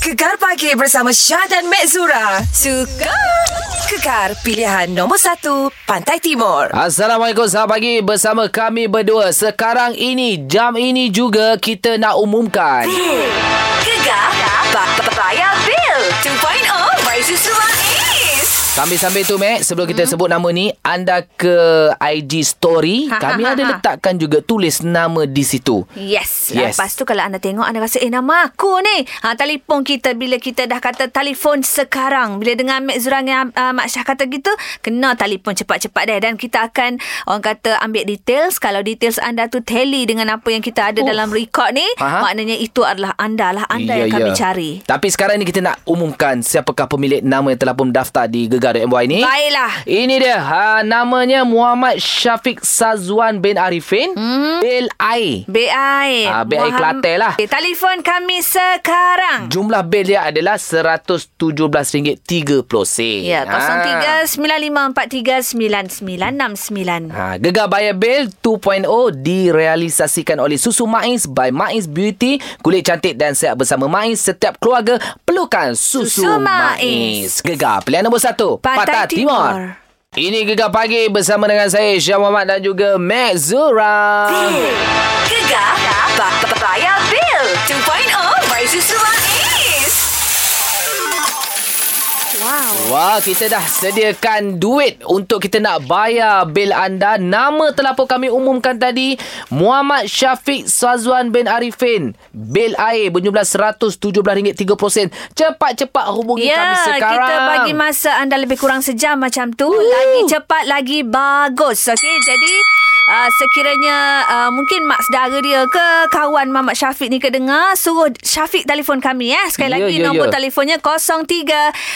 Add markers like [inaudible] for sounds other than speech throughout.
Gegar pagi bersama Syah dan Mek Zura. Suka. Gegar pilihan nombor 1 Pantai Timur. Assalamualaikum selamat pagi bersama kami berdua. Sekarang ini jam ini juga kita nak umumkan. Gegar ba- ba- bayar bil 2.0 by Susu Ais. Sambil-sambil tu Mek, sebelum kita Hmm. sebut nama ni, anda ke IG story, Ha, ha, kami ha, ada ha. letakkan juga tulis nama di situ. Yes. yes. Yes. Lepas tu kalau anda tengok anda rasa eh nama aku ni. Ha telefon kita bila kita dah kata telefon sekarang. Bila dengar Mek Zura dengan uh, Mak Syah kata gitu, kena telefon cepat-cepat deh dan kita akan orang kata ambil details. Kalau details anda tu tally dengan apa yang kita ada Oh. oh. dalam record ni, Aha. maknanya itu adalah anda lah anda yeah, yang kami yeah. cari. Ya, Tapi sekarang ni kita nak umumkan siapakah pemilik nama yang telah pun daftar di Gegar MY ni. Baiklah. Ini dia. Ha, namanya Muhammad Syafiq Sazwan bin Arifin. Hmm. Bil Ai. BI. Ah, BI Kelantan lah. Okay, Eh, telefon kami sekarang. Jumlah bil dia adalah RM117.30. Ya, Ha. 0395439969. Ha, Gegar Bayar Bil 2.0 direalisasikan oleh Susu Mais by Mais Beauty. Kulit cantik dan sihat bersama Mais. Setiap keluarga perlukan Susu, Susu Mais. Mais. Gegar pilihan nombor 1. Pantai Timur. Ini Gegar Pagi bersama dengan saya Syah Muhammad dan juga Mek Zura. Gegar ba- ba- bayar bil 2.0 by Susu Ais. Wow. Wah, kita dah sediakan duit untuk kita nak bayar bil anda. Nama telah pun kami umumkan tadi. Muhammad Syafiq Sazwan bin Arifin. Bil air berjumlah RM117.30. Cepat-cepat hubungi kami sekarang. Ya, kita bagi masa anda lebih kurang sejam macam tu. Lagi cepat, lagi bagus. Okey, jadi... Uh, sekiranya uh, mungkin mak saudara dia ke kawan Mamat Syafiq ni kedengar suruh Syafiq telefon kami eh sekali Ya, lagi ya, nombor ya. telefonnya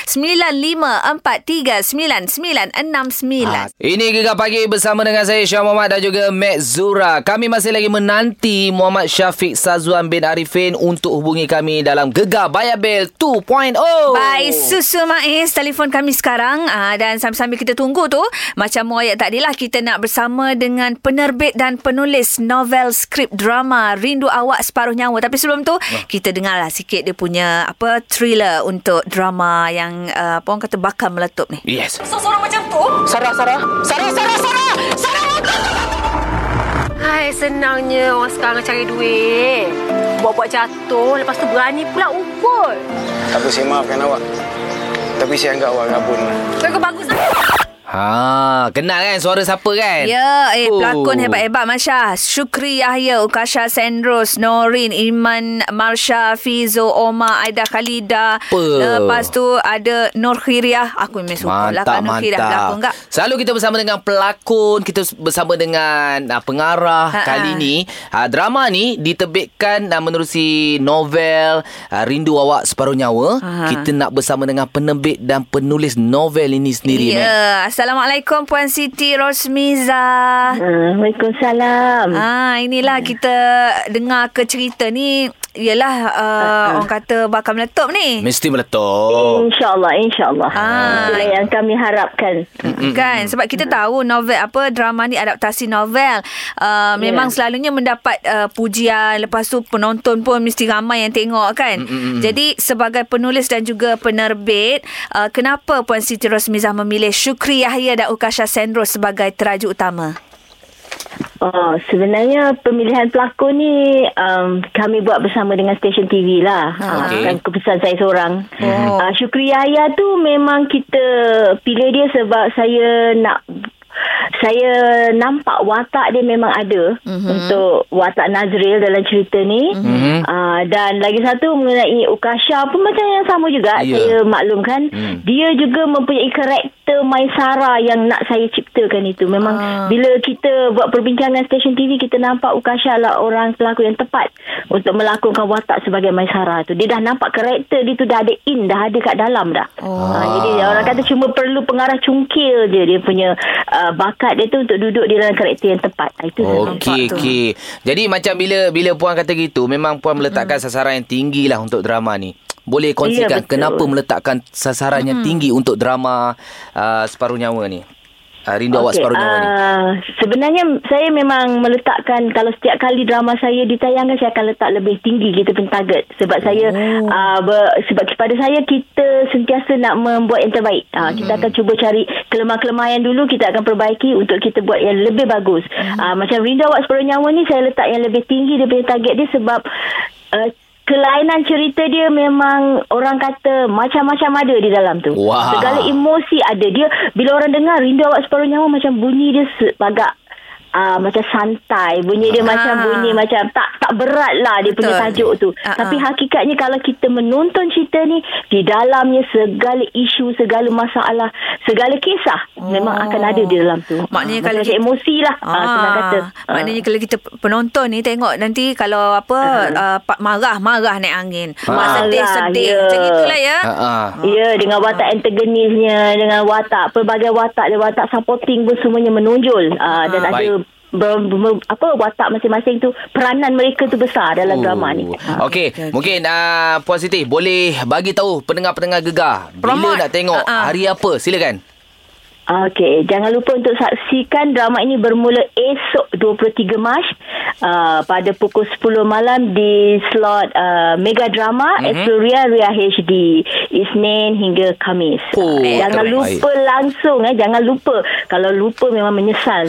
0395439969 Ha, ini Gegar Pagi bersama dengan saya Syah Muhammad dan juga Mat Zura. Kami masih lagi menanti Muhammad Syafiq Sazwan bin Arifin untuk hubungi kami dalam Gegar Bayar Bil oh. 2.0. Baik, Susu Maiz, telefon kami sekarang uh, dan sambil-sambil kita tunggu tu, macam Muayak tadilah lah, kita nak bersama dengan penerbit dan penulis novel skrip drama Rindu Awak Separuh Nyawa. Tapi sebelum tu, kita dengarlah sikit dia punya apa thriller untuk drama yang uh, apa orang kata bakal meletup ni. Yes. Seseorang macam tu. Sarah, Sarah. Sarah, Sarah, Sarah. Hai, senangnya orang sekarang cari duit. Buat-buat jatuh, lepas tu berani pula ukul. Aku saya maafkan awak. Tapi saya anggap awak rabun lah. Kau bagus sangat. Ha, kenal kan suara siapa kan? Ya, eh Oh. pelakon hebat-hebat Masya. Syukri Yahya, Ukasha Sendros, Norin, Iman, Marsha, Fizo, Oma, Aida Khalida. Apa? Lepas tu ada Nur Khiriah. Aku memang suka lah Mantap, kan Nur Khiriah mantap. pelakon enggak? Selalu kita bersama dengan pelakon, kita bersama dengan uh, pengarah. Ha-ha. Kali ni, uh, drama ni diterbitkan uh, menerusi novel uh, Rindu Awak Separuh Nyawa. Ha. Kita nak bersama dengan penerbit dan penulis novel ini sendiri. Ya, Mek. Assalamualaikum Puan Siti Rosmiza. Ah, Waalaikumsalam. Ah, inilah kita dengar ke cerita ni Ialah uh, orang kata bakal meletup ni. Mesti meletup. InsyaAllah, insyaAllah. Ah. Itulah yang kami harapkan. kan sebab kita Mm-hmm. tahu novel apa drama ni adaptasi novel uh, memang selalunya mendapat uh, pujian lepas tu penonton pun mesti ramai yang tengok kan Mm-hmm. jadi sebagai penulis dan juga penerbit uh, kenapa puan Siti Rosmizah memilih Syukri Yahya dan Ukasha Sendros sebagai teraju utama Oh, sebenarnya pemilihan pelakon ni um, kami buat bersama dengan stesen TV lah. Ah, Okey. Bukan keputusan saya seorang. Oh. Ah, Syukri Yahya tu memang kita pilih dia sebab saya nak saya nampak watak dia memang ada mm-hmm. untuk watak Nazril dalam cerita ni mm-hmm. uh, dan lagi satu mengenai Ukasha pun macam yang sama juga Ya. saya maklumkan Hmm. dia juga mempunyai karakter Maisara yang nak saya ciptakan itu memang Ah. bila kita buat perbincangan stesen TV kita nampak Ukasha lah orang pelakon yang tepat untuk melakonkan watak sebagai Maisara tu dia dah nampak karakter dia tu dah ada in dah ada kat dalam dah Oh. Ah, jadi orang kata cuma perlu pengarah cungkil je dia punya uh, bakat dia tu untuk duduk di dalam karakter yang tepat Ah, itu saya nampak Okey, tu. okey. Jadi macam bila bila puan kata gitu, memang puan meletakkan sasaran yang tinggi lah untuk drama ni. Boleh kongsikan Hmm. betul. Hmm. kenapa meletakkan sasaran yang tinggi untuk drama uh, Separuh Nyawa ni? Ah, rindu awak separuh nyawa ni. ah, Sebenarnya saya memang meletakkan kalau setiap kali drama saya ditayangkan saya akan letak lebih tinggi kita punya target sebab saya Oh. ah, ber, sebab kepada saya kita sentiasa nak membuat yang terbaik. Ah, kita Hmm. akan cuba cari kelemahan-kelemahan yang dulu kita akan perbaiki untuk kita buat yang lebih bagus. Hmm. Ah, macam Rindu Awak Separuh Nyawa ni saya letak yang lebih tinggi daripada target dia sebab ah, kelainan cerita dia memang orang kata macam-macam ada di dalam tu. Wah. Segala emosi ada dia bila orang dengar rindu awak separuh nyawa macam bunyi dia se- agak Uh, macam santai bunyi dia Ah. macam bunyi macam tak tak berat lah dia Betul. punya tajuk tu Ah, tapi ah. hakikatnya kalau kita menonton cerita ni di dalamnya segala isu segala masalah segala kisah memang akan ada di dalam tu Oh. Maknanya Ah, kalau macam kita- emosi lah ah, senang kata Ah. Maknanya kalau kita penonton ni tengok nanti kalau apa uh, pa- marah-marah naik angin. Marah, Mak sedih-sedih. Ah. ya. Macam itulah ya. Ha ah. Ya, dengan watak antagonisnya, dengan watak pelbagai watak dan watak supporting pun semuanya menonjol. Uh, dan Ah, ada baik. ber, ber, apa watak masing-masing tu peranan mereka tu besar dalam drama ni. Oh, Ah. Okey, mungkin uh, Puan Siti boleh bagi tahu pendengar-pendengar gegar bila Promote. nak tengok Ah, ah. hari apa? Silakan. Okey, jangan lupa untuk saksikan drama ini bermula esok 23 Mac uh, pada pukul 10 malam di slot uh, Mega Mhm. Drama mm-hmm. Exploria Ria HD Isnin hingga Kamis. Oh, jangan baik. lupa langsung eh, jangan lupa. Kalau lupa memang menyesal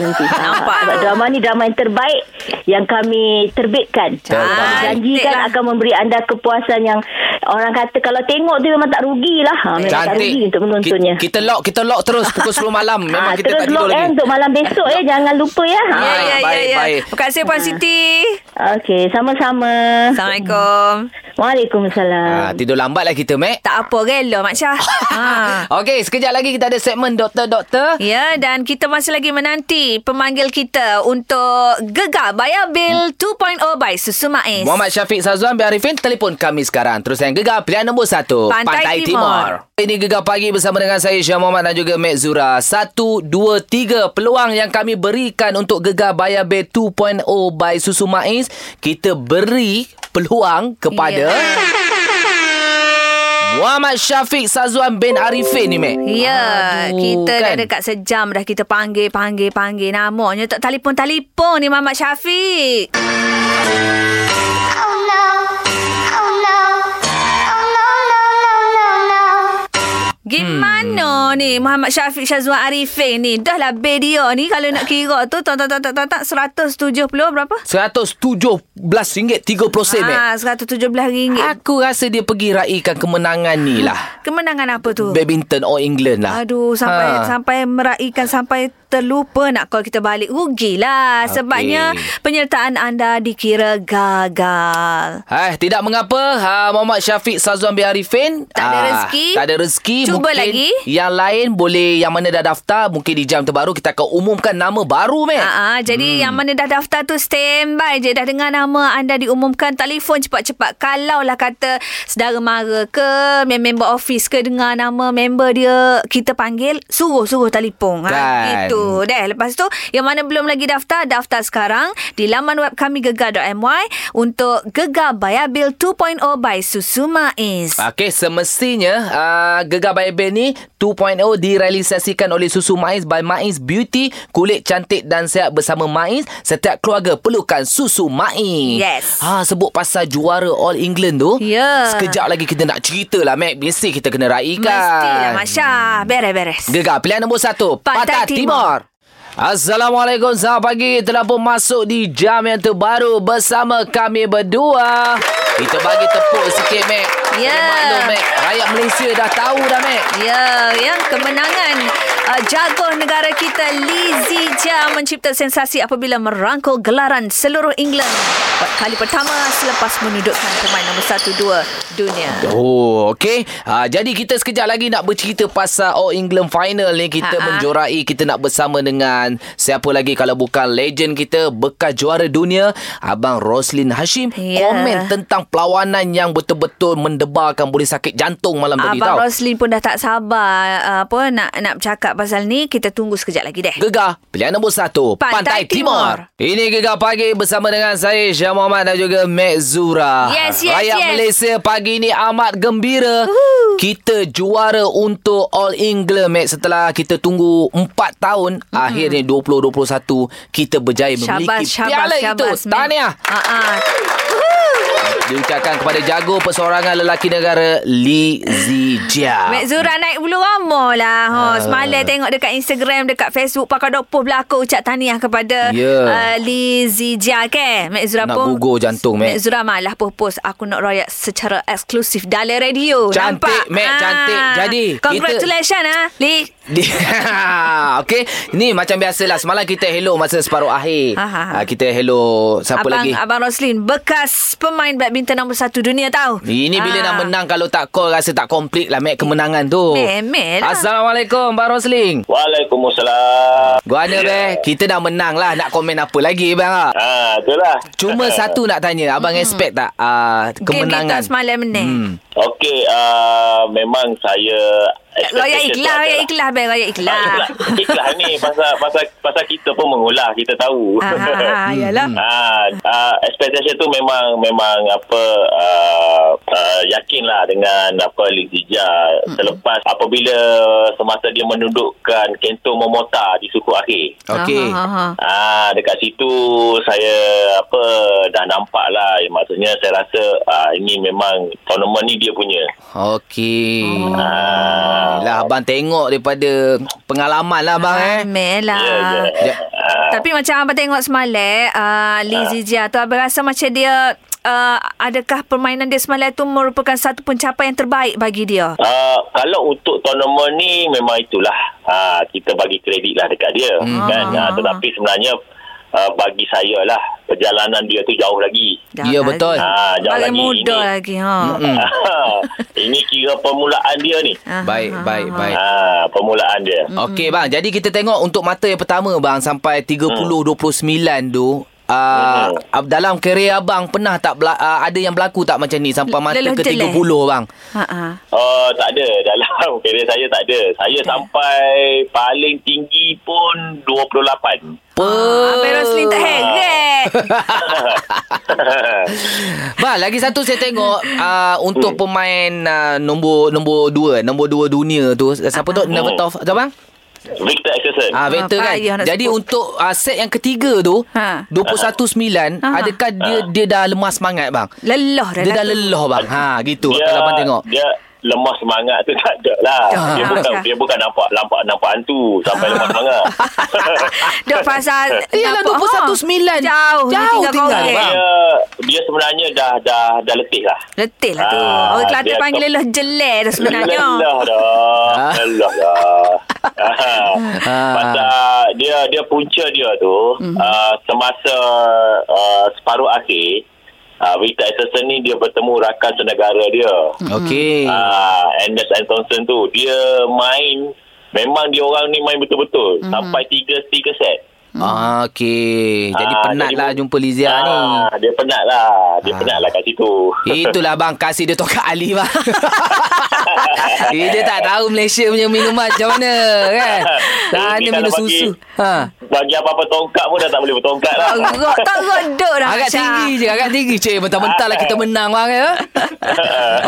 [laughs] nanti. Ah, Nampak. Sebab drama ni drama yang terbaik yang kami terbitkan. Terbaik. Kami Janjikan Cantiklah. akan memberi anda kepuasan yang orang kata kalau tengok tu memang tak rugilah. Ha, memang tak rugi untuk menontonnya. Ki- Kita lock, kita lock terus pukul 10 [laughs] malam. Memang Ah, kita terus tak tidur blog eh lagi. untuk malam besok eh jangan lupa ya. Ah, Ya, ya, ya, baik, ya. baik. Terima kasih Ah. Puan Siti. Okey, sama-sama. Assalamualaikum. Ah, Waalaikumsalam. tidur lambatlah kita, Mac. Tak apa, rela Mak [laughs] Syah. ha. Okey, sekejap lagi kita ada segmen doktor-doktor. Ya, dan kita masih lagi menanti pemanggil kita untuk Gegar Bayar Bil 2.0 by Susu Maiz. Muhammad Syafiq Sazwan bin Arifin telefon kami sekarang. Terus yang gegar pilihan nombor satu. Pantai Timur. Ini gegar pagi bersama dengan saya Syah Muhammad dan juga Mek Zura. Satu, dua, tiga peluang yang kami berikan untuk gegar Bayar B 2.0 by Susu Maiz. Kita beri Ya. peluang kepada... Muhammad Syafiq Sazwan bin Arifin ni, Mek. Ya, Aduh, kita dah kan? dekat sejam dah kita panggil, panggil, panggil namanya. Tak telefon-telefon ni Mamat Syafiq. Oh no, oh no, oh no, no, no, no, no. Gimana hmm. ni Muhammad Syafiq Syazwan Arifin ni? Dah lah bil dia ni kalau nak kira tu tak tak tak tak tak, tak 170 berapa? RM117.30, Mek. Ah, ya. RM117. Aku rasa dia pergi raikan kemenangan ni lah. Kemenangan apa tu? Badminton All England lah. Aduh sampai Ha. sampai meraihkan sampai terlupa nak call kita balik. Rugilah Okey. sebabnya penyertaan anda dikira gagal. Hai, Eh, tidak mengapa. Ha, Muhammad Syafiq Sazwan bin Arifin. Tak ada Ah, rezeki. Tak ada rezeki. Cuba mungkin lagi. Yang lain boleh, yang mana dah daftar, mungkin di jam terbaru kita akan umumkan nama baru, Mek. Ah, ah, jadi hmm. yang mana dah daftar tu standby je dah dengar nama anda diumumkan telefon cepat-cepat. Kalaulah kata saudara mara ke mem- member office ke dengar nama member dia kita panggil suruh-suruh telefon. Kan. Ha gitu deh. Lepas tu yang mana belum lagi daftar daftar sekarang di laman web kami gegar.my untuk Gegar Bayar Bil 2.0 by Susu Maiz. Okey, semestinya uh, Gegar by Ben ni 2.0 direalisasikan oleh Susu Maiz by Maiz Beauty. Kulit cantik dan sihat bersama Maiz. Setiap keluarga perlukan Susu Maiz. Yes. Ha, sebut pasal juara All England tu. Ya. Sekejap lagi kita nak cerita lah, Mac. Mesti kita kena raikan. Mestilah Masya. Beres-beres. Gegar pilihan nombor satu Pantai, Pantai Timur. Assalamualaikum Selamat pagi Telah pun masuk di jam yang terbaru Bersama kami berdua Kita bagi tepuk sikit Mac Ya. Boleh maklum Mac Rakyat Malaysia dah tahu dah Mac Ya, yang kemenangan uh, jaguh negara kita Lizzie Jia mencipta sensasi apabila merangkul gelaran seluruh England buat kali pertama selepas menudukkan pemain nombor satu dua dunia. Oh, okey. Ha, jadi kita sekejap lagi nak bercerita pasal All England Final ni. Ha-ha. Kita menjorai, kita nak bersama dengan siapa lagi kalau bukan legend kita, bekas juara dunia, Abang Roslin Hashim. Ya. Komen tentang perlawanan yang betul-betul mendebarkan boleh sakit jantung malam tadi tau. Abang Roslin pun dah tak sabar uh, apa nak nak bercakap pasal ni. Kita tunggu sekejap lagi deh. Gegar, pilihan nombor satu, Pantai, Pantai Timur. Timur. Ini Gegar Pagi bersama dengan saya, Syah Muhammad dan juga Mek Zura. Yes, yes, Rakyat yes. Malaysia pagi ini amat gembira. Kita juara untuk All England Mac setelah kita tunggu 4 tahun mm. akhirnya 2021 kita berjaya Syabas, memiliki syabas, piala itu. syabas. Mat. Tahniah. Ah, ah. Diucapkan kepada jago persorangan lelaki negara Lee Zijia. Mek Zura naik bulu rama lah. Ha, Ah. semalam tengok dekat Instagram, dekat Facebook, pakai dopoh belakang ucap tahniah kepada Ya. uh, Lizija ke. Mek Zura Nak pun. gugur jantung, Mek Mek. Zura malah pun post aku nak royak secara eksklusif dalam radio. Cantik, Nampak? Ah. Mek, cantik. Jadi, kita- Congratulations ah. Li. Di- [laughs] Okey, ni macam biasalah semalam kita hello masa separuh akhir. Ha, ha, ha. Ah, kita hello siapa Abang, lagi? Abang Roslin bekas pemain badminton nombor satu dunia tahu. Ini Ah. bila nak menang kalau tak call rasa tak komplit lah Mac kemenangan tu. Memel lah. Assalamualaikum Bang Rosling. Waalaikumsalam. Guana yeah. be, kita dah menang lah nak komen apa lagi bang. ah? Ha, itulah. [laughs] Cuma satu nak tanya, abang mm. expect tak Hmm. uh, Game kita kemenangan? semalam ni. Hmm. Okey, uh, memang saya... Royak expectation ikhlas, royak tu adalah- ikhlas, Bang. Royak ikhlas. Ah, ikhlas. Ikhlas ni pasal, pasal, pasal kita pun mengulah, kita tahu. Ah, [laughs] ah, ah, yalah. Hmm. Ah, ah, expectation tu memang memang apa ah, ah, yakinlah dengan apa Lizija mm-hmm. selepas apabila semasa dia menundukkan Kento Momota di suku akhir. Okey. Ha, ha, ha. Ah dekat situ saya apa dah nampak lah maksudnya saya rasa ah, ini memang tournament ni dia punya. Okey. Hmm. Ah. Lah abang tengok daripada pengalaman lah bang eh. Amel lah. Ya, ya. Ja- Ah, Tapi macam abang tengok semalam uh, Ya. Lizzie Jia tu abang rasa macam dia uh, adakah permainan dia semalam tu merupakan satu pencapaian yang terbaik bagi dia? Ah, kalau untuk tournament ni memang itulah ah, kita bagi kredit lah dekat dia hmm. kan. Ah, tetapi sebenarnya ah, bagi saya lah perjalanan dia tu jauh lagi. Ya, betul. Ah, Bagai jangan lagi muda ini. lagi. Ha. Hmm. [laughs] ini kira permulaan dia ni. Ah, Baik, ah, baik, ah. baik. Hmm. Ah, permulaan dia. Okey bang, jadi kita tengok untuk mata yang pertama bang sampai 30 29 tu Uh, hmm. dalam kerjaya abang pernah tak bela- uh, ada yang berlaku tak macam ni sampai mata Leluh ke jelek. 30 bang. Ha, ha. Oh, tak ada. [laughs] Dalam kerja saya tak ada. Saya sampai paling tinggi pun 28. Pe- Abang Roslin Oh. tak heret. [laughs] Ba, lagi satu saya tengok uh, untuk Hmm. pemain uh, nombor nombor 2, nombor 2 dunia tu siapa tu Oh. Nevertov tu bang? [laughs] Victor Axelson. Ah, Ah, Vector kan. payah nak Jadi sebut. untuk uh, set yang ketiga tu Ha. 21.9 Ha. adakah dia Ah. dia dah lemah semangat bang? Lelah dah. Dia dah tu. lelah bang. Ha gitu kalau abang tengok. Dia lemah semangat tu [laughs] tak ada lah. Ah. Dia bukan dia bukan nampak nampak nampak hantu sampai lemah semangat. Dok [laughs] pasal Yalah, nampak, ha? 21.9. Jauh Jauh Tiga tinggal, korek. bang. dia dia sebenarnya dah dah dah letih lah. Letih lah tu Ah, Orang Kelantan dia- panggil lelah jelek dah [laughs] sebenarnya Lelah dah. Ha? Lelah [laughs] dah. Ah. Pasal dia dia punca dia tu Mhm. ah, semasa ah, separuh akhir uh, Rita Anderson ni dia bertemu rakan senegara dia. Okey. Ah, Anders and Thompson tu dia main memang dia orang ni main Mhm. betul-betul sampai 3 3 set. Ah, Okey. Jadi Ah, penat lah dia- jumpa Lizia ah, ni. Ha. Dia penat lah. Dia penat lah kat situ. [laughs] Itulah bang Kasih dia tokak Ali bang Eh, Dia tak tahu Malaysia punya minuman macam mana [laughs] kan Dah ni Ini minum kalau bagi- susu ha. Bagi apa-apa tongkat pun dah tak boleh bertongkat lah. Togok Togok dok dah Agak Aisyah. [laughs] tinggi je Agak tinggi Cik Bentar-bentar lah Ah. kita menang bang [laughs] ya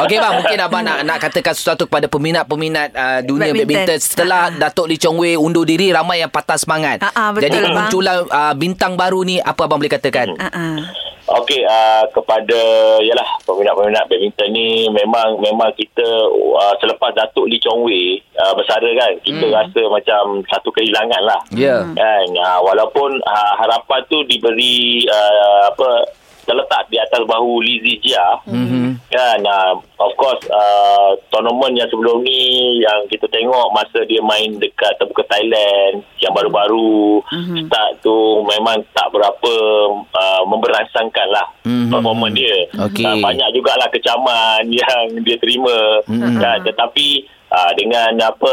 Okey bang Mungkin abang nak, nak katakan sesuatu Kepada peminat-peminat uh, Dunia badminton, Badminton. Setelah Datuk Lee Chong Wei Undur diri Ramai yang patah semangat Ah, ah, betul, Jadi bang. kemunculan uh, Bintang baru ni Apa abang boleh katakan Ah, ah. [laughs] Okey, uh, kepada yalah peminat-peminat badminton ni memang memang kita uh, selepas Datuk Lee Chong Wei uh, bersara kan, kita hmm. rasa macam satu kehilangan lah. Ya. Kan, uh, walaupun uh, harapan tu diberi uh, apa terletak di atas bahu Lizzie Jia. Mhm. Hmm. Kan, uh, of course uh, tournament yang sebelum ni yang kita tengok masa dia main dekat terbuka Thailand yang baru-baru Mhm. mm-hmm. start tu memang tak berapa uh, memberangsangkan lah Mhm. mm-hmm. performance dia. Okey. Uh, banyak jugalah kecaman [laughs] yang dia terima. Mhm. Mm-hmm. Kan, tetapi uh, dengan apa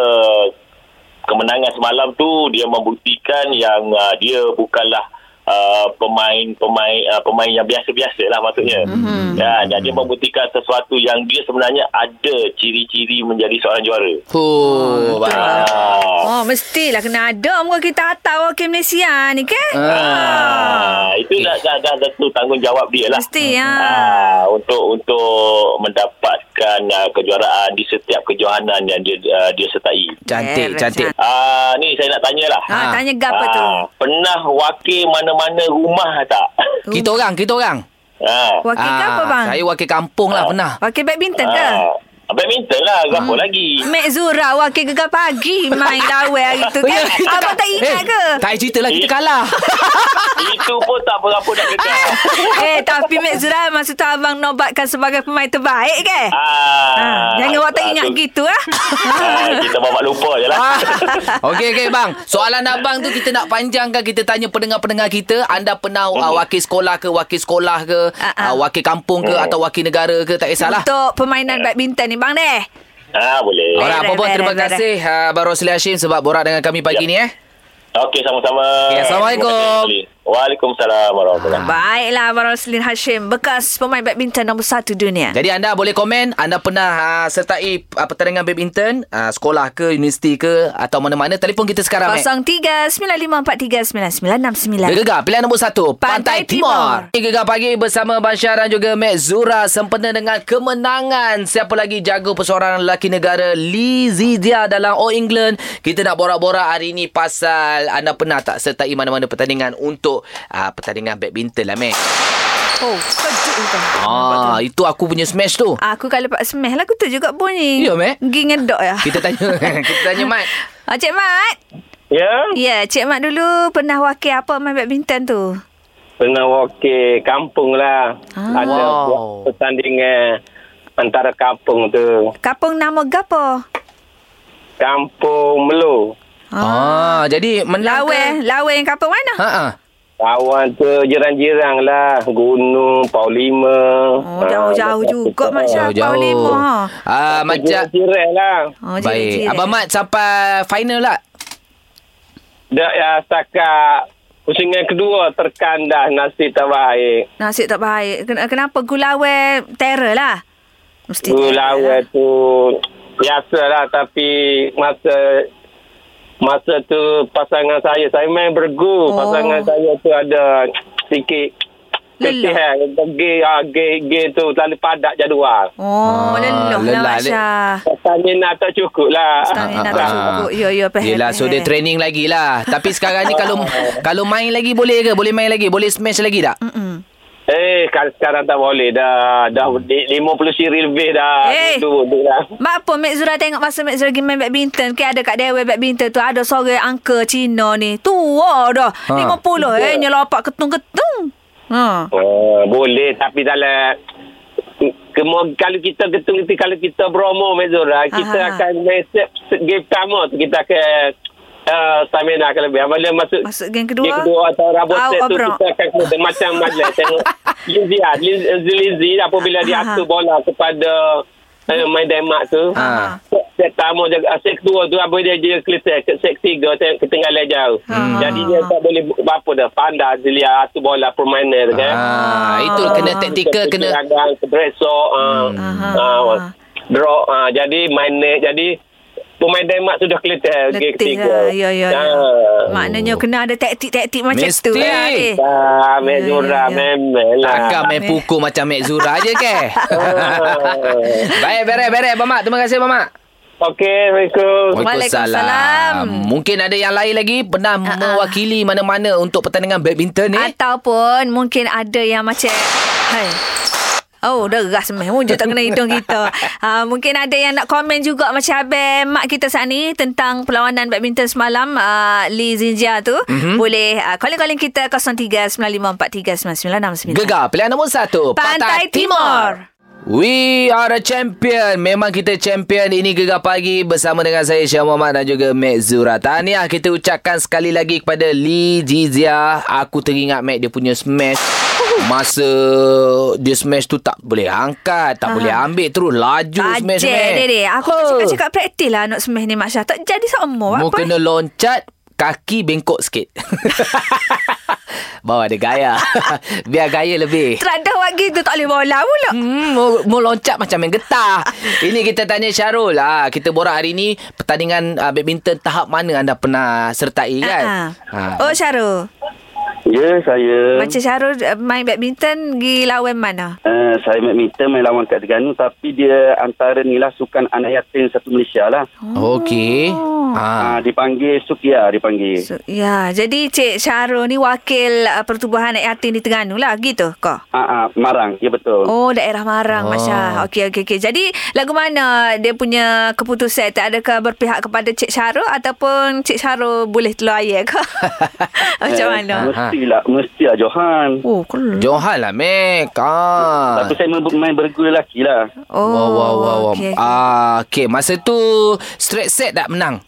kemenangan semalam tu dia membuktikan yang uh, dia bukanlah uh, pemain pemain uh, pemain yang biasa-biasa lah maksudnya. Mm-hmm. Ya, dan dia membuktikan sesuatu yang dia sebenarnya ada ciri-ciri menjadi seorang juara. Oh, bang. Ah. Oh, mestilah kena ada muka kita atau wakil Malaysia ni ke? Ah, itu dah, dah, dah, dah tu tanggungjawab dia lah. Mesti, ya. Ah, untuk untuk mendapat memenangkan uh, kejuaraan di setiap kejohanan yang dia uh, dia sertai. Cantik, Merah, cantik. Ah ni saya nak tanyalah. Ha, Ah. tanya gap apa tu? Ah, Pernah wakil mana-mana rumah tak? [laughs] Kita orang, kita orang. ha. Wakil ke Ah, apa bang? Oh. Saya wakil kampung lah pernah. Wakil badminton ke? Ah, badminton lah, gapo hmm. [laughs] lagi? Mek Zura wakil gegar pagi main lawe hari tu Oh, [laughs] Ya, kan? ya, Abang tak Eh, ingat ke? Tak payah cerita lah, kita [laughs] kalah. Itu pun tak berapa nak dengar. Eh tapi Mek Zura masa tu abang nobatkan sebagai pemain terbaik ke? ah, Ha, jangan awak tak ah, ingat Ah. tu- gitu ah. Ah, kita bawa lupa je lah. Ah. Okey okey bang. Soalan abang tu kita nak panjangkan kita tanya pendengar-pendengar kita, anda pernah uh, wakil sekolah ke, wakil sekolah ke, Ah, ah. uh, wakil kampung ke atau wakil negara ke, tak kisahlah. Untuk permainan badminton ni bang eh? [laughs] deh. ah, boleh. Orang apa pun Baik, terima baik, baik, kasih uh, Abang Rosli Hashim sebab borak dengan kami pagi Ya. ni eh. Okey, sama-sama. Okey, Assalamualaikum. Ah. Terima kasih sekali. Waalaikumsalam warahmatullahi Baiklah Abang Roslin Hashim Bekas pemain badminton nombor satu dunia Jadi anda boleh komen anda pernah uh, sertai uh, pertandingan badminton, uh, sekolah ke, universiti ke atau mana-mana telefon kita sekarang eh. 03-9543-9969 Gegar pilihan nombor satu Pantai, Lah. Pantai Timur. Timur. Gegar pagi bersama Bansyah dan juga Mek Zura sempena dengan kemenangan siapa lagi jago perseorangan lelaki negara Lee Zidia dalam All England. Kita nak borak-borak hari ini pasal anda pernah tak sertai mana-mana pertandingan untuk uh, pertandingan badminton lah Mek. Oh, sejuk itu. Ah, itu aku punya smash tu. lah, Aku kalau lepas smell lagu tu juga bunyi. Ya, Mat? Ging ngedok ya. Kita tanya [laughs] kita tanya Mat. Ah, Cik Mat. Ya, Ya, yeah, Cik Mat dulu pernah wakil apa main badminton tu? pernah wakil kampung lah. Ah. Ada Wow. buat pertandingan antara kampung tu. Kapung nama gapo? Kampung Melu. Ah, jadi menang Lawe, ke? lawe yang kapung mana? Ha ah. Kawan tu jiran-jiran lah. Gunung, Pau Lima. Oh, Ah, jauh-jauh juga Masya. Kau lima, Jauh-jauh. ha? Oh, Ah, macam Jiran-jiran lah. Oh, Baik. jiran-jiran. Abang Mat sampai final lah. Dah ya, setakat pusingan kedua terkandas nasib tak baik. Nasib tak baik. Ken- Kenapa gulawe terror lah? Mesti Tu terror lah. lawa tu biasalah tapi masa masa tu pasangan saya saya main Oh. bergu oh. pasangan saya tu ada sikit Lelah. kesihan gay ah, gay gay tu terlalu padat jadual. Oh, Ah, leluh lelah, lah leh. Masya. Stamina tak cukup lah. Stamina Ah, tak eh, ah, cukup. ah. Ya, ya. Peh, Yelah, so dia training lagi lah. Tapi sekarang ni kalau kalau main lagi boleh ke? Boleh main lagi? Boleh smash lagi tak? Mm-mm. Eh, kalau sekarang tak boleh dah. Dah di- 50 siri lebih dah. Hmm. lah. Eh. Duduk-duduk dah. Mak apa Mek Zura tengok masa Mek Zura pergi main badminton Kan ada kat Dewan badminton tu Ada seorang angka Cina ni Tua dah Ha. ha. 50 eh Nyelopak ketung-ketung Ha. Ah, boleh tapi dalam Kemo, kalau kita ketung kita kalau kita promo Mezora kita Aha. akan mesej game pertama tu kita akan uh, stamina akan lebih apabila masuk Masuk game kedua, game kedua atau rabot out set of tu round. kita akan kena macam [laughs] Malaysia tengok Linzi ah Linzi, Linzi apabila dia Aha. atur bola kepada uh, main Denmark tu Ah. set, set pertama je ah, set kedua tu apabila dia clear set set tiga tengok ketinggalan jauh Hmm. jadi dia tak boleh bu- apa dah pandai Zilia atur bola permainan tu kan Ah, itu kena taktikal kena agak Bresok uh, Hmm. Aha. uh, Drop uh, Jadi minor Jadi Pemain Denmark sudah kelihatan Game Letih ketiga lah Ya, ya, ya. Ah. Maknanya kena ada taktik-taktik macam tu Mesti. lah, eh. Ah, Ya, Mek ya, Zura ya. memang Takkan lah. [laughs] main pukul macam Mek Zura je [laughs] ke? Baik, berek, berek, Abang Mat. Terima kasih, Abang Mat. Okey, Assalamualaikum. Waalaikumsalam. Mungkin ada yang lain lagi pernah Ah, ah. mewakili mana-mana untuk pertandingan badminton eh? ni. Ataupun mungkin ada yang macam Hai Oh, dah gas meh. Mujur tak kena hidung kita. Ha, mungkin ada yang nak komen juga macam Abang Mak kita saat ni tentang perlawanan badminton semalam uh, Lee Zinjia tu. Mhm. Mm-hmm. Boleh uh, calling-calling kita 0395439969. Gegar pilihan nombor satu Pantai Timur. We are a champion Memang kita champion Ini Gegar Pagi Bersama dengan saya Syah Muhammad Dan juga Mek Zura Tahniah kita ucapkan sekali lagi Kepada Lee Jizia Aku teringat Mek Dia punya smash Masa Dia smash tu tak boleh angkat Tak boleh ambil Terus laju smash Mek Tajik Ah. dia dia. Aku Huh. oh. cakap praktis lah nak semeh ni Mak Syah. Tak jadi sama. Mu kena loncat Kaki bengkok [laughs] sikit Bawa ada gaya Biar gaya lebih Terada awak gitu tak boleh bola pula. Hmm, mau, mau loncat macam main getah. [laughs] Ini kita tanya Syarul. Ah, kita borak hari ni pertandingan ah, badminton tahap mana anda pernah sertai kan? Ah, ah. Oh, Syarul. Ya, saya. Macam Syarul uh, main badminton pergi lawan mana? Uh, saya badminton main lawan kat Terengganu tapi dia antara ni lah sukan anak yatim satu Malaysia lah. Oh. Okey. Ah, Ha. dipanggil Sukia dipanggil. So, ya, jadi Cik Syarul ni wakil uh, Pertubuhan Anak Yatim di Terengganu lah gitu kau? Ah, ah, Marang, ya betul. Oh, daerah Marang, Ah. oh. Masya. Okey, okey, okey. Jadi, lagu mana dia punya keputusan? Tak adakah berpihak kepada Cik Syarul ataupun Cik Syarul boleh telur ayat [laughs] ke? Macam mana? Eh, Mestilah, mestilah Johan. Oh, cool. Johan lah, Mek. Ah. Tapi saya main, main bergula lelaki lah. Oh, wow, wow, wow. wow. okey, okey. Okay, Ah, okay. Masa tu straight set tak menang.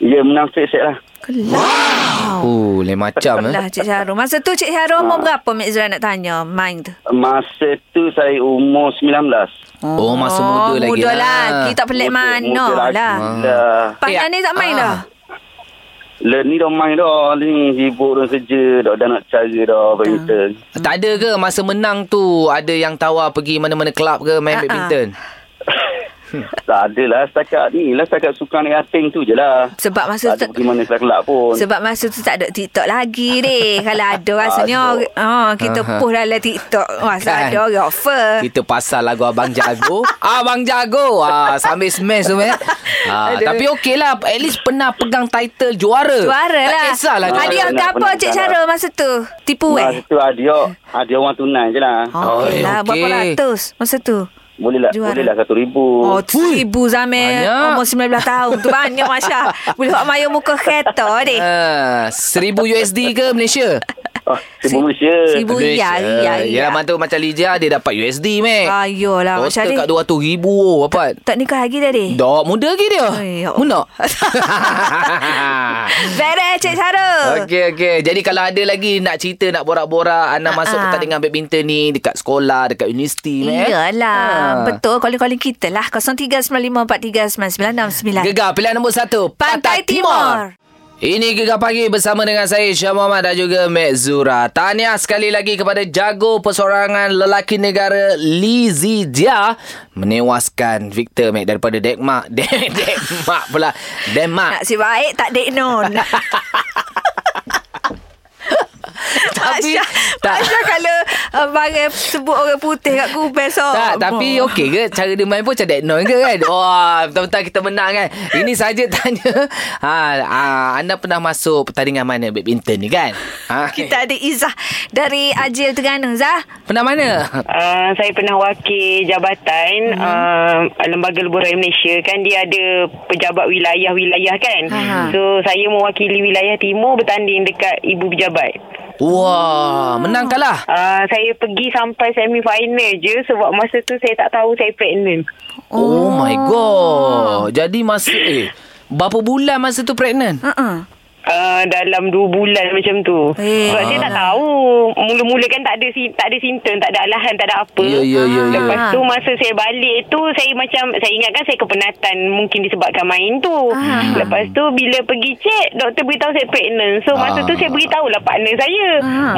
Ya, menang set-set lah. Oh, uh, lain macam eh. Lah Cik Syarul. Masa tu Cik Syarul umur Ah. berapa Mek Zura nak tanya main tu? Masa tu saya umur 19. Oh, masa muda lagi Muda lah. Ah. lagi. Tak pelik mana Muda lagi lah. lah. Pandang Eh, ni tak main ah. dah? Le ni dah main dah ni sibuk dah kerja dah dah nak cara dah Ah. badminton. Tak ada ke masa menang tu ada yang tawar pergi mana-mana kelab ke main Ah, ah. badminton? tak adalah setakat ni lah setakat sukan yang ating tu je lah. Sebab masa Tak ada tu... pergi mana kelak-kelak pun. Sebab masa tu tak ada TikTok lagi [laughs] deh. Kalau ada rasanya Aduh. oh, kita Aha. post dalam TikTok. Masa Kan? ada orang offer. Kita pasal lagu Abang [laughs] Jago. Abang Jago. Ah, sambil smash tu, eh. Ah, Aduh. tapi okey lah. At least pernah pegang title juara. Juara lah. Tak kisahlah. juara. Hadiah Pernah, ke apa pernah, Cik pernah. Syarul masa tu? Tipu Masa eh? tu hadiah, hadiah ah, orang tunai je lah. Oh, Okey. okay lah. Berapa eh, Okey. ratus masa tu? Boleh lah, Juara. boleh lah satu ribu. Oh, tu ibu Zamir Banyak. umur 19 tahun. Tu banyak [laughs] Masya. Boleh buat maya muka kereta deh. Ah, seribu USD ke Malaysia? oh si- sibuk Malaysia. sibuk. Ibu iya, iya, iya. Yalah, mantap macam Lijia, dia dapat USD, Mac. ya. Ayolah Masya Ah, Total ya, ni. kat 200 ribu oh, dapat. Tak nikah lagi dah [laughs] deh. Dok, [laughs] muda lagi dia. Ay, ya Muda. [laughs] Beres Cik Syarul. Okey okey. Jadi kalau ada lagi nak cerita nak borak-borak Ah, Ana masuk ke tak dengan badminton ni dekat sekolah, dekat universiti Mac, eh? Iyalah. Ah. Betul. Calling-calling kita lah. 0395439969. Gegar pilihan nombor satu lah. Pantai Timur. Ini Gegar Pagi bersama dengan saya Syah Muhammad dan juga Mek Zura. Tahniah sekali lagi kepada jago persorangan lelaki negara Lee Zijia menewaskan Victor Mek daripada Denmark. [laughs] Den- Denmark pula. Denmark. Nak si baik tak dek [laughs] non. Tapi tak Masya kalau uh, bagai sebut orang putih kat Google so. Tak, tapi okey ke cara dia main pun macam Dead Noise ke kan? Wah, betul-betul kita menang kan. Ini saja tanya. Ha, ha, anda pernah masuk pertandingan mana badminton ni kan? Ha. Kita ada Izzah dari Ajil Terengganu Zah. pernah mana? Mhm. Uh, saya pernah wakil jabatan uh, Lembaga Leburan Malaysia kan dia ada pejabat wilayah-wilayah kan. So saya mewakili wilayah timur bertanding dekat ibu pejabat. Wah, lah. menang kalah. Uh, saya pergi sampai semi final je sebab masa tu saya tak tahu saya pregnant. Oh, my god. Jadi masa eh berapa bulan masa tu pregnant? Uh-uh. Uh, dalam 2 bulan macam tu. Eh. Sebab saya tak tahu. Mula-mula kan tak ada si- tak ada simptom, tak ada alahan, tak ada apa. Ya, ya, ya, ha, ya. Lepas tu masa saya balik tu saya macam saya ingatkan saya kepenatan mungkin disebabkan main tu. Ah. Lepas tu bila pergi cek doktor beritahu saya pregnant. So masa Ah. tu saya beritahulah partner saya.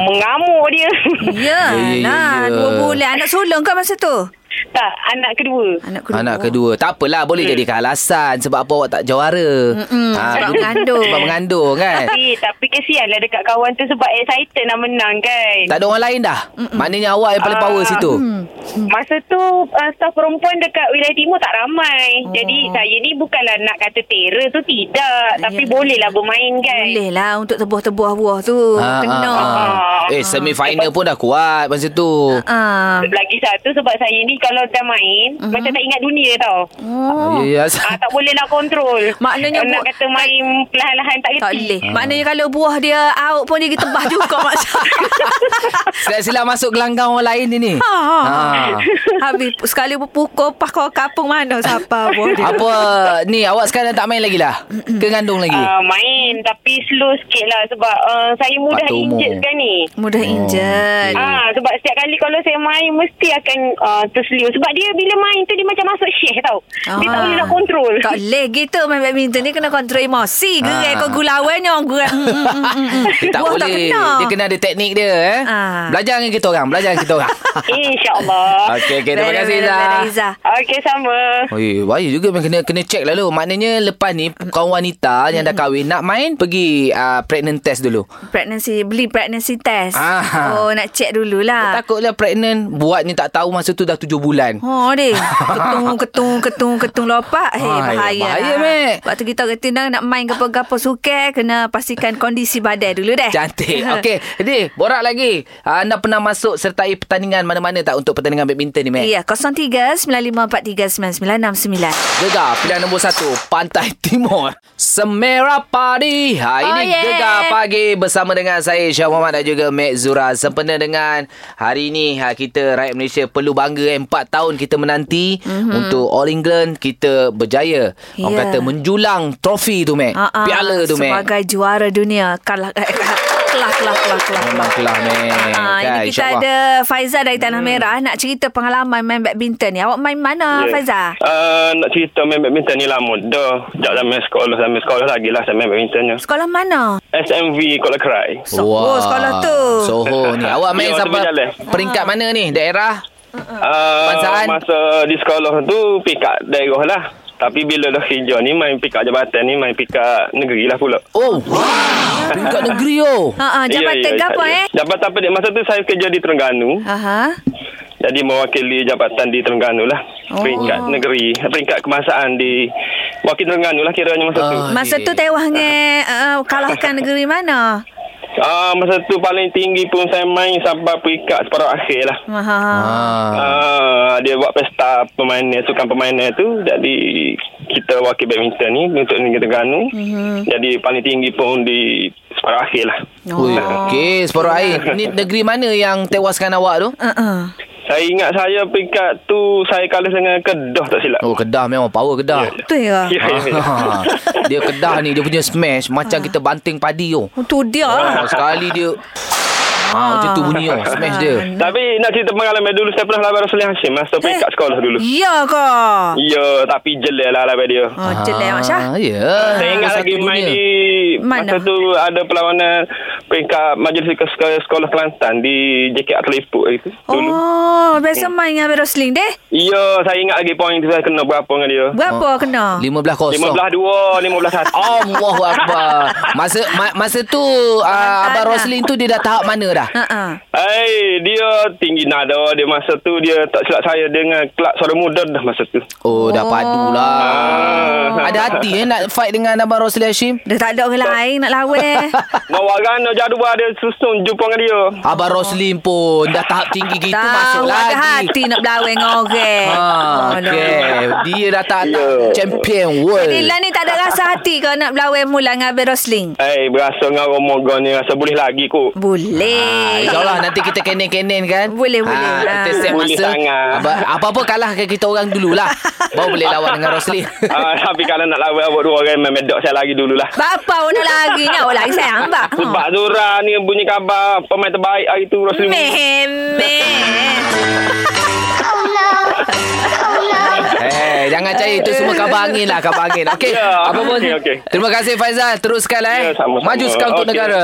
Mengamuk dia. Ya, ya, ya, nah, ya. dua bulan. Anak sulung kau masa tu? tak, anak kedua. Anak kedua. Anak kedua Tak apalah Boleh jadi alasan Sebab apa awak tak juara Mm-mm, sebab dulu- mengandung. Sebab mengandung kan Tapi tapi kesianlah dekat kawan tu sebab excited nak menang kan. Tak ada orang lain dah Maknanya awak yang paling power Ah. situ Mm, Hmm. Masa tu uh, staf perempuan dekat wilayah timur tak ramai. Oh. Jadi saya ni bukanlah nak kata terror tu tidak. Ah, ya. Tapi bolehlah bermain kan. Boleh lah untuk tebuah-tebuah buah tu. Ah, Kena. ah, ah. Eh semi final pun dah kuat masa tu. Ah. Lagi satu sebab saya ni kalau dah main Mhm. uh-huh. macam tak ingat dunia tau. Oh. Ya. [laughs] Ah, tak boleh nak kontrol. Maknanya nak bu- kata main perlahan-lahan tak Tak kerti. boleh. Ah. Maknanya kalau buah dia out pun dia pergi tebas juga macam. [laughs] Sila-sila masuk gelanggang orang lain ni. Ha, ha. Ah. Habis sekali pukul pas kau kapung mana siapa buah dia. Apa ni awak sekarang tak main lagi lah? Ke ngandung lagi? Ah, main tapi slow sikit lah sebab uh, ah, saya mudah Patut umur. Oh, injet sekarang ni. Mudah injet. okey. Ah, sebab setiap kali kalau saya main mesti akan uh, terse, Muslim sebab dia bila main tu dia macam masuk syekh tau. Dia tak boleh nak kontrol. Tak leh gitu main badminton ni kena kontrol emosi. Gerai Ah. kau gulawan yang gerai. Hmm, hmm, hmm, hmm, hmm. Dia Eh, tak Buah boleh. kena. Dia kena ada teknik dia eh. Ah. Belajar dengan kita orang, belajar dengan kita [laughs] orang. [laughs] InsyaAllah. Okey, okey. Terima Betul, kasih betul, Izzah. betul, Izzah. Okey sama. Oi, Oh, bahaya juga memang kena kena check lalu. Maknanya lepas ni kaum wanita yang dah kahwin nak main pergi uh, pregnant test dulu. Pregnancy Beli pregnancy test Ah. Oh nak check dululah Takutlah pregnant buatnya tak tahu masa tu dah 7 bulan. Oh dia Ketung ketung ketung ketung lopak Hei Bahaya, bahaya Ah, ya, bahaya, lah. Mek. Waktu kita orang tendang nak main gapo-gapo sukai Kena pastikan kondisi badan dulu deh Cantik. Okey, jadi borak lagi. Ah, Anda pernah masuk sertai pertandingan mana-mana tak untuk pertandingan badminton ni, Mac? Ya 03-9543-9969 Gegar pilihan nombor satu Pantai [laughs] Timur Semera Padi ha, Ini Oh, yeah. Gegar Pagi bersama dengan saya Syah Muhammad dan juga Mek Zura Sempena dengan hari ini ha, Kita rakyat Malaysia perlu bangga eh, Empat tahun kita menanti mm-hmm. Untuk All England kita berjaya Orang Mhm. Yeah. kata menjulang trofi tu Mek Ah, ah. Piala tu Mek Sebagai juara dunia Kalah eh, kalah Kelah kelah kelah kelah Memang kelah Mek Kan, Ah, ini kita insyaAllah. Hmm. ada Faiza dari Tanah Merah nak cerita pengalaman main badminton ni. Awak main Ya. mana yeah. Faiza? Uh, nak cerita main badminton ni lama dah. Sejak zaman sekolah, zaman sekolah lagi lah saya main badmintonnya. Sekolah mana? SMV Kuala Kerai. Soho sekolah tu. Ah. Soho [laughs] ni Awak main Ya, sampai tepi jalan. peringkat mana ni? Daerah? Uh, Pansaan? masa di sekolah tu pick up daerah lah. Tapi bila dah kerja ni main pick up jabatan ni main pick up negeri lah pula. [laughs] Oh wow. Peringkat negeri oh Ha ah, Ya, jabatan gapo eh? Jabatan pelik masa tu saya kerja di Terengganu. Aha. Jadi mewakili jabatan di Terengganu lah. Oh. Peringkat negeri, peringkat kemasaan di wakil Terengganu lah kiranya masa tu. Ah. Masa tu Taiwan nge uh, [laughs] kalahkan negeri mana? Ah masa tu paling tinggi pun saya main sampai peringkat separuh akhir lah. Ha. ha. Ah. Ah, dia buat pesta pemainan sukan pemainan tu jadi kita wakil badminton ni untuk negeri Terengganu. Mhm. Mm-hmm. Jadi paling tinggi pun di separuh akhir lah. Oh. Ui, okey, separuh [laughs] air. Ni negeri mana yang tewaskan awak tu? Uh, uh. Saya ingat saya peringkat tu saya kalah dengan Kedah tak silap. Oh, Kedah memang power Kedah. Tu ya. Ya, ya, ya. Ah, [laughs] dia Kedah ni dia punya smash macam kita banting padi oh. Tu dia. Ah, sekali dia Ah, macam tu bunyi oh, smash Eh, dia. Tapi nak cerita pengalaman dulu saya pernah lawan Rasulullah Hashim masa peringkat sekolah dulu. Ya ke? Ya, tapi jelek lah lawan dia. Oh, jelek Mak Syah. Ah, ya. Saya ingat lagi main di Mana? Masa tu ada perlawanan Peringkat majlis ke- ke- sekolah Kelantan Di JK Atletico eh, itu Dulu Oh, biasa main dengan Berosling deh. Ya saya ingat lagi poin tu Saya kena berapa dengan dia Ah. Berapa kena? 15-0. 15-2 15-1 Oh, Allahu akbar. Masa ma, masa tu uh, Tanah. abang Roslin tu dia dah tahap mana dah? Ha ah. Hai, dia tinggi nada dia masa tu dia tak silap saya dengan kelab suara muda dah masa [laughs] tu. Oh, dah padu lah. Ah. Ada hati eh nak fight dengan abang Roslin Hashim? Dah tak ada orang lain nak [laughs] lawan. Mawarana jadual dia susun jumpa dengan dia. Abang Roslin pun dah tahap tinggi gitu Tahu masuk ada lagi. hati nak berlawan dengan orang. Ha, okay. Dia dah tak Ya. yeah. champion world. Jadi Lan ni tak ada rasa hati kau nak berlawan mula dengan Abel Rosling? Hai, Eh, berasa dengan orang mogon ni rasa boleh lagi [laughs] kot. Ah, Boleh. InsyaAllah nanti kita kenen-kenen kan Boleh, Ah, boleh. Ah. Kita set Boleh masa sangat. Apa- Apa-apa kalahkan kita orang dululah Baru boleh lawan dengan Roslin Ah, tapi kalau nak lawan awak dua orang memang medok saya lagi dululah. Bapa pun nak lari Nak awak lari sayang Bak Sebab Zura ni bunyi khabar pemain terbaik hari tu Rosli. Hmm. Meh Meh [laughs] Eh, jangan cari itu semua kabar angin lah, kabar angin. Okey. Ya, apa pun. okey, okey. Terima kasih Faizal. Teruskanlah eh. Ya, sama-sama. Maju sekarang untuk Okey. Oh. negara.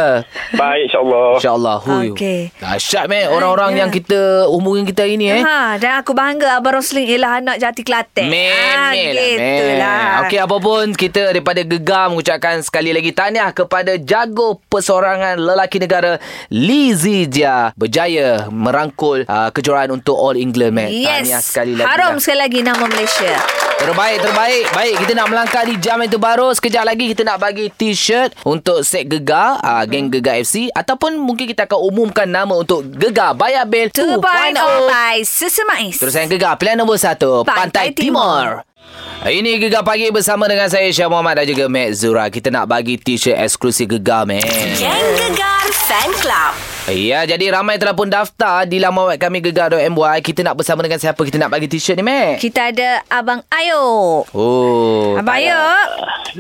Baik insyaAllah. InsyaAllah. Huyu. Okey. Dahsyat meh orang-orang Ya. yang kita umurin kita hari ni eh. Ha, dan aku bangga Abang Rosling ialah anak jati Kelantan. Men, Ah, men lah, gitu men. lah. Okey, apa pun kita daripada Gegar mengucapkan sekali lagi tahniah kepada jago persorangan lelaki negara Lizijia berjaya merangkul uh, kejuaraan untuk All England, man. Tahniah Yes. Ah, sekali lagi. Harum lah. Uh, sekali lagi nama Malaysia. Terbaik, terbaik. Baik, kita nak melangkah di jam itu baru. Sekejap lagi kita nak bagi t-shirt untuk set Gegar, uh, geng Hmm. Gegar FC. Ataupun mungkin kita akan umumkan nama untuk Gegar Bayar Bel 2.0 2.0. by Sesemais. oh. Terus yang gegar pilihan nombor satu Pantai Pantai, Timur. Ini Gegar Pagi bersama dengan saya Syah Muhammad dan juga Mek Zura. Kita nak bagi t-shirt eksklusif Gegar, Mek. Geng Gegar Fan Club. Ya, jadi ramai telah pun daftar di laman web kami gegar.my. Kita nak bersama dengan siapa kita nak bagi t-shirt ni, Mek? Kita ada Abang Ayo. Oh. Abang Ayo,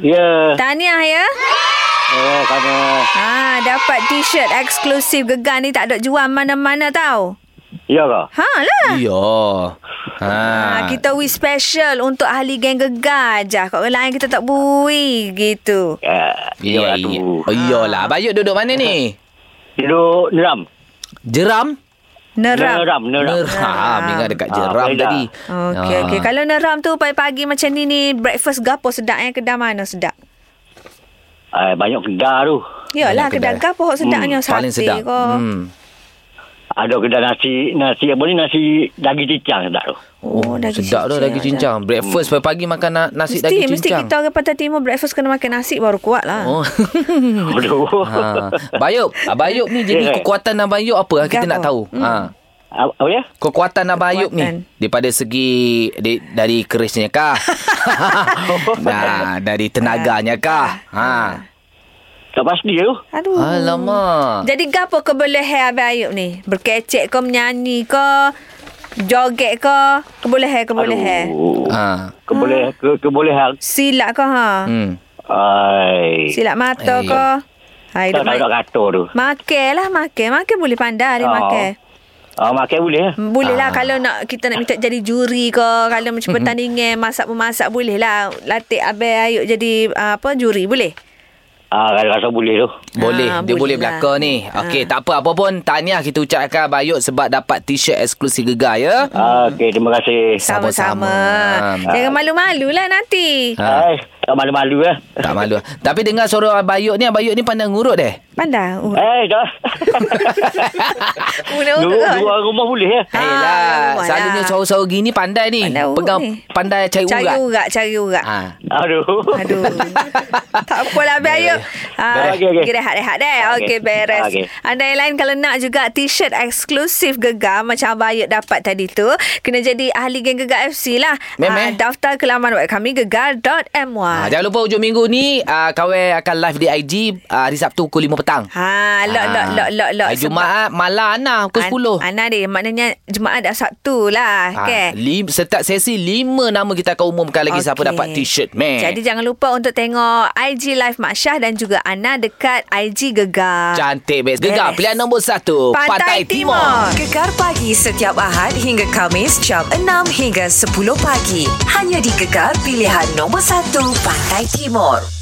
Ya. tahniah ya. ya, Oh, sama. Ha, dapat t-shirt eksklusif gegar ni tak ada jual mana-mana tau. Ya kah? Ha lah. Ya. Ha. Ha, kita we special untuk ahli geng gegajah. Kau lain kita tak bui gitu. Ya, Ya, ya. Oh, iyalah. Bayut duduk mana ni? Duduk neram. Jeram? Neram. Neram, neram. Neram. Ingat dekat Ah, jeram baiklah. tadi. Okey Ah. okey. Kalau neram tu pagi-pagi macam ni ni breakfast gapo sedap eh kedai mana sedap? Ah, banyak kedai tu. Yalah Banyak kedai. kedai gapo sedapnya sate Paling sedap. ko. Hmm. Ada kedai nasi, nasi apa ni, nasi daging cincang tak tu. Oh, daging sedap tu cincang daging ada. cincang. Breakfast pagi-pagi makan na- nasi Mesti, daging mesti cincang. kita orang Pantai Timur breakfast kena makan nasi baru kuat lah. [laughs] Oh. Hmm. [laughs] Aduh. ha. Bayup, Abang Ayub ni jadi Ya. kekuatan Abang Ayub apa Ah, kita nak tahu. Ha. [laughs] Apa apa dia? Kekuatan Abang Ayub ni Hmm. Kekuatan. daripada segi di, dari kerisnya kah? [laughs] nah, dari tenaganya kah? Ha. Tak pasti tu. Aduh. Alamak. Jadi gapo ke boleh hai Abang Ayub ni? Berkecek ke menyanyi ke? Joget ke? Ke boleh hai ke boleh eh. hai? Aduh. Ha. Ke boleh, ke, ke boleh hal. Silap ke ha? Hmm. Ai. Silap mata Eh. ke? Hai Tak duk tak main. nak kata tu. Makan lah makan. Makan boleh pandai dia Ah. makan. Ah, makan boleh ya? Boleh Ah. lah kalau nak kita nak minta jadi juri ke kalau Mhm. macam pertandingan masak-memasak boleh lah latih Abang Ayub jadi ah, apa juri boleh? Ah, rasa boleh tu. Boleh, Ah, dia boleh boleh lah. belaka ni. Okey, tak apa apa pun tahniah kita ucapkan Bayut sebab dapat t-shirt eksklusif gegar ya. Ah, okey, terima kasih. Sama-sama. Sama-sama. Jangan malu-malu lah nanti. Ha. Hai, Eh, tak malu-malu ya. Tak malu. Tapi dengar suara Bayut ni, Bayut ni pandai ngurut deh. Pandai. [laughs] Oh, Eh, dah. Urut-urut. Dua, dua rumah boleh ya? Ha, Ah, lah, rumah selalunya lah. sahu-sahu gini pandai ni. Pandai urut Pegang ni. pandai cari Cari urat. urat, cari urat. Ha. Aduh. [laughs] Aduh. tak apalah Abang Ayub. Ah, Okey, okey. okay, rehat-rehat deh. Okey. Okey, beres. Okey. Anda yang lain kalau nak juga t-shirt eksklusif Gegar macam Abang Ayub dapat tadi tu, kena jadi ahli geng Gegar FC lah. Mem, Ah, eh? daftar ke laman web kami gegar.my. Ha, jangan lupa hujung minggu ni uh, Kawan akan live di IG uh, Hari Sabtu pukul 5 petang Ha, lok, lok, lok, lok, lok. Ah, Hari Jumaat Malam Ana An- pukul 10 Ana dia maknanya Jumaat dah Sabtu lah. Ah, Okay. lim, setiap sesi lima nama kita akan umumkan lagi siapa Okey. dapat t-shirt meh. Jadi jangan lupa untuk tengok IG Live Mak Syah dan juga Ana dekat IG Gegar. cantik best. Gegar Beres. pilihan nombor satu Pantai, Timur. Timur. Gegar pagi setiap Ahad hingga Kamis jam 6 hingga 10 pagi. Hanya di Gegar pilihan nombor 1 Pantai Timur.